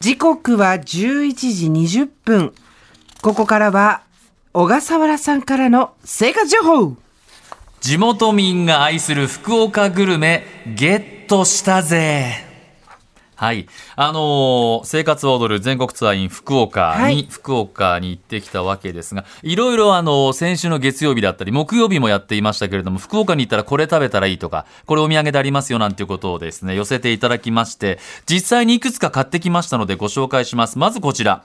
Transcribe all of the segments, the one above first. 時刻は11時20分。ここからは、小笠原さんからの生活情報地元民が愛する福岡グルメゲットしたぜはいあのー生活を踊る全国ツアー in 福岡に、はい福岡に行ってきたわけですがいろいろ、あのー先週の月曜日だったり木曜日もやっていましたけれども福岡に行ったらこれ食べたらいいとかこれお土産でありますよなんていうことをですね寄せていただきまして実際にいくつか買ってきましたのでご紹介しますまずこちら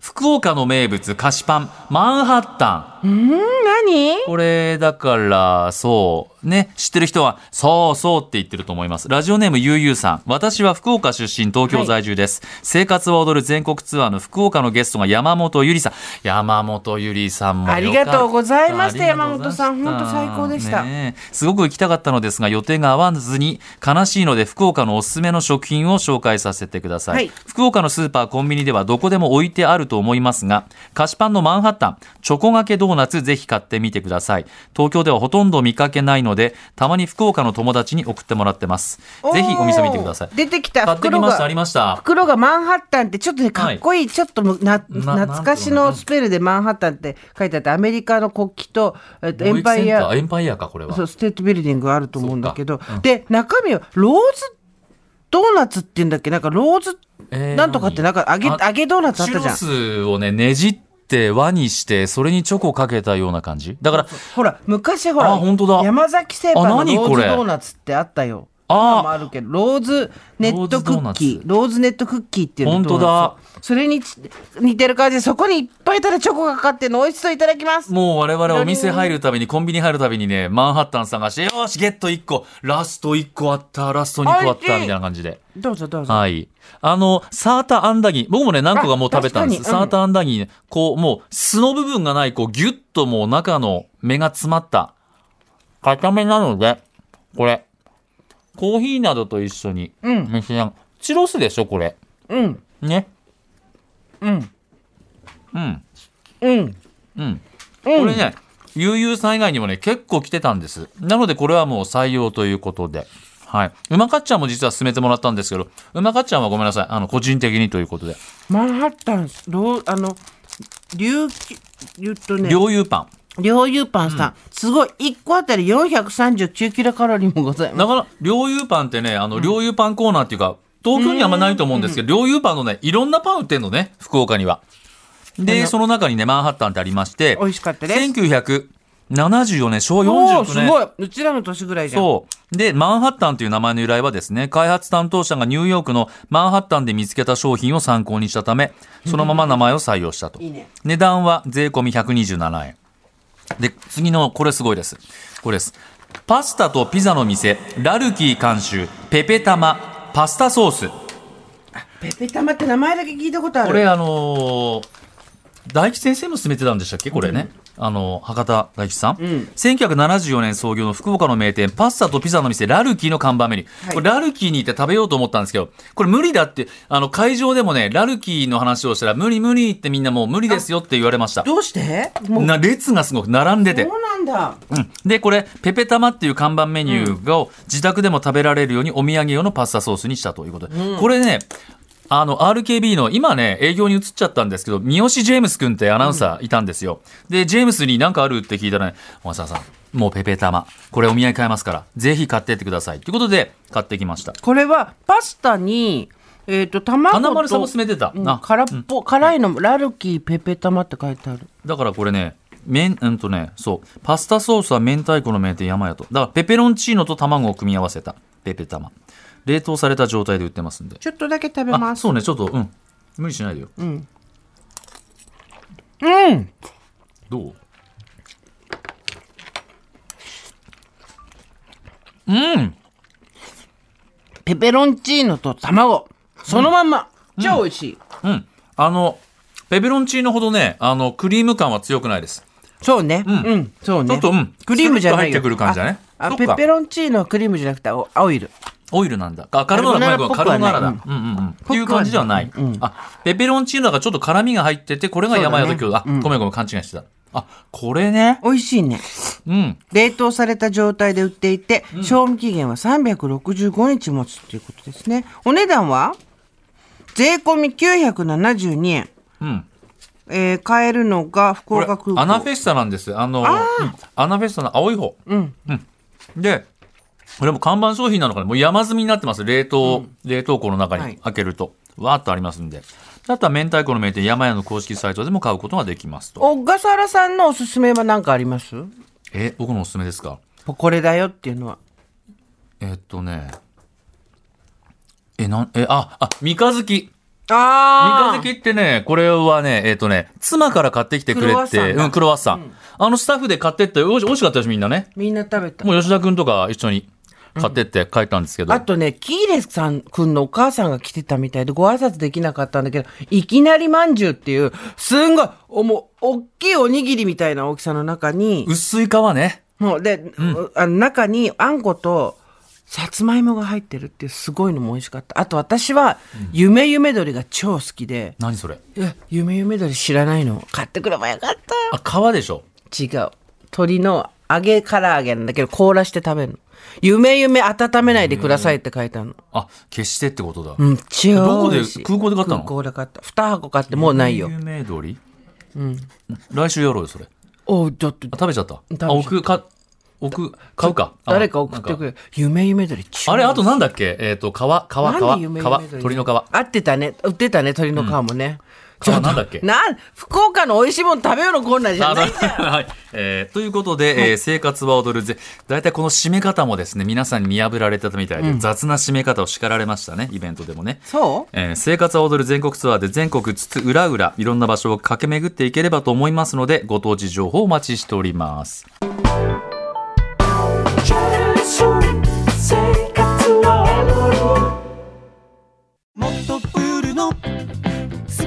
福岡の名物菓子パンマンハッタン何これだからそうね知ってる人はそうそうって言ってると思いますラジオネームゆうゆうさん私は福岡出身東京在住です、生活は踊る全国ツアーの福岡のゲストが山本ゆりさん山本ゆりさんもよかったありがとうございましたありがとうございました山本さん本当最高でしたねえすごく行きたかったのですが予定が合わずに悲しいので福岡のおすすめの食品を紹介させてください、はい福岡のスーパーコンビニではどこでも置いてあると思いますが菓子パンのマンハッタンチョコがけドーナツぜひ買ってみてください東京ではほとんど見かけないのでたまに福岡の友達に送ってもらってますぜひお店見てください出てきた買ってき袋ましたありが。ました袋がマンハッタンってちょっとねかはいっこいい、ちょっとむなな懐かしのスペルでマンハッタンって書いてあってアメリカの国旗と,、えっとエンパイ貿易センタアーエンパイアかこれはそうステートビルディングがあると思うんだけどそっ、かうんで中身はローズドーナツっていうんだっけなんかローズ、えーなんとかってなんか揚げあ揚げドーナツあっチたュじロゃんスをねねじって輪にしてそれにチョコをかけたような感じだからほら昔ほらあ本当だ山崎製パンのロあー何こズれドーナツってあったよあー今もあるけどローズネットクッキーローズネットクッキーっていうの本当だドーナツそれにち似てる感じでそこにいっぱいいたらチョコがかかってるの美味しそういただきますもう我々お店入るたびにコンビニ入るたびにねマンハッタン探してよーしゲット1個ラスト1個あったラスト2個あっ美味したいみたいな感じでどうぞどうぞ、はいあのサーターアンダギー僕もね何個かもう食べたんです、あ確かにサうんーターアンダギーねこうもう素の部分がないこうギュッともう中の目が詰まった固めなのでこれコーヒーなどと一緒にうん召し上がチュロスでしょこれうんねうんうんうんうん、これね、悠々さん以外にもね、結構来てたんです。なので、これはもう採用ということで。はい。うまかっちゃんも実は勧めてもらったんですけど、うまかっちゃんはごめんなさい。あの、個人的にということで。マンハッタンローあの琉球言うとね両油パ両油パンさん、すごい1個あたり439キロカロリーもございン。まだから、両油パンってね、あの、両油パンコーナーっていうか、東京にはあんまないと思うんですけど、両油パンのね、いろんなパン売ってんのね、福岡には。あで、のその中にね、マンハッタンってありまして、美味しかったです1974年、昭和すお49お年。すごいうちらの年ぐらいじゃんそう。で、マンハッタンという名前の由来はですね、開発担当者がニューヨークのマンハッタンで見つけた商品を参考にしたため、そのまま名前を採用したと。いいね値段は税込み127円。で、次の、これすごいです。これです。パスタとピザの店、ラルキー監修、ペペ玉、パスタソース。ペペ玉って名前だけ聞いたことあるこれ、あのー大吉先生も勧めてたんでしたっけこれね、あの博多大吉さん、ん1974年創業の福岡の名店パスタとピザの店ラルキーの看板メニュー、はいこれラルキーに行って食べようと思ったんですけどこれ無理だってあの会場でもねラルキーの話をしたら無理無理ってみんなもう無理ですよって言われましたどうしてもうな列がすごく並んでてそうなんだうん、でこれペペ玉っていう看板メニューを自宅でも食べられるようにお土産用のパスタソースにしたということで、これねあの RKB の今ね営業に移っちゃったんですけど三好ジェームス君ってアナウンサーいたんですよ、でジェームスに何かあるって聞いたらね小笠原さんもうペペ玉これお土産買えますからぜひ買ってってくださいということで買ってきましたこれはパスタにえっ、と卵花と丸さんも勧めてた、うんあ空っぽ、辛いのもラルキーペペ玉って書いてあるだからこれね、麺、うんとね、そう、パスタソースは明太子の名店山屋と。だからペペロンチーノと卵を組み合わせたペペ玉。冷凍された状態で売ってますんで。ちょっとだけ食べあ、ますそうね、ちょっと、うん。無理しないでよ。うんどううんペペロンチーノと卵そのまんま、超美味しい、うん。あの、ペペロンチーノほどね、あの、クリーム感は強くないです。そうねうんん、そうねちょっとうんクリームじゃないよスルッと入ってくる感じだねあそあっかペペロンチーノはクリームじゃなくておオイルオイルなんだ。あ、カルボナーラ、ごめんごめんカカルルボボナナーラーラっだ。ぽうんうんうん。っていう感じではない。あ、ペペロンチーノがちょっと辛みが入ってて、これが山屋と今日、あ、ごめんごめん、勘違いしてた。あ、これね。美味しいねうん。冷凍された状態で売っていて、賞味期限は365日持つっていうことですねお値段は税込み972円。うん。えー、買えるのが福これ岡空港。アナフェスタなんですあのうんアナフェスタの青い方うん。でこれも看板商品なのかなもう山積みになってます冷凍、冷凍庫の中はいに開けると、わーっとありますんであとは明太子の名店山屋の公式サイトでも買うことができますと小笠原さんのおすすめは何かありますえ僕のおすすめですかポコレだよっていうのは。えっとねえなんえああ三日月あ三日月ってね、これはね、えっ、とね、妻から買ってきてくれクロワッサて、ンだうん、クロワッサン。あのスタッフで買ってって、おいし美味しかったです、みんなね。みんな食べた。もう吉田くんとか一緒に買ってって帰ったんですけど。あとね、キーレさんくんのお母さんが来てたみたいでご挨拶できなかったんだけど、いきなりまんじゅうっていう、すんごい、おもう、おっきいおにぎりみたいな大きさの中に、薄い皮ね。もう、で、あの中にあんこと、さつまいもが入ってるっていうすごいのも美味しかった。あと私は、夢夢鶏が超好きで、何それえ夢夢鶏知らないの買ってくればよかったよ。あ、皮でしょ。違う鶏の揚げ唐揚げなんだけど凍らして食べるの夢夢温めないでくださいって書いてあるのあ、消してってことだ。うんど超こ美で味しい空港で買ったの空港で買った2箱買ってもうないよ有名鳥うん。来週やろうよ、それ。あおうちょっと食べちゃった。べちゃったあ、置く、か、置く、買うか。あ誰か送ってくなんかれ夢夢鶏超あれ、あとなんだっけえっ、と、皮、皮、なんで夢夢皮、皮、鶏鳥の皮。合ってたね売ってたね鳥の皮もね、皮なんだっけなん福岡の美味しいもの食べようのコーナーじゃあないんだよのはいえー ということで、えー生活は踊るぜ。大体この締め方もですね、皆さんに見破られてたみたいで、雑な締め方を叱られましたね、イベントでもね。そうえー生活は踊る全国ツアーで全国津々浦々いろんな場所を駆け巡っていければと思いますのでご当地情報をお待ちしておりますもっとプールのス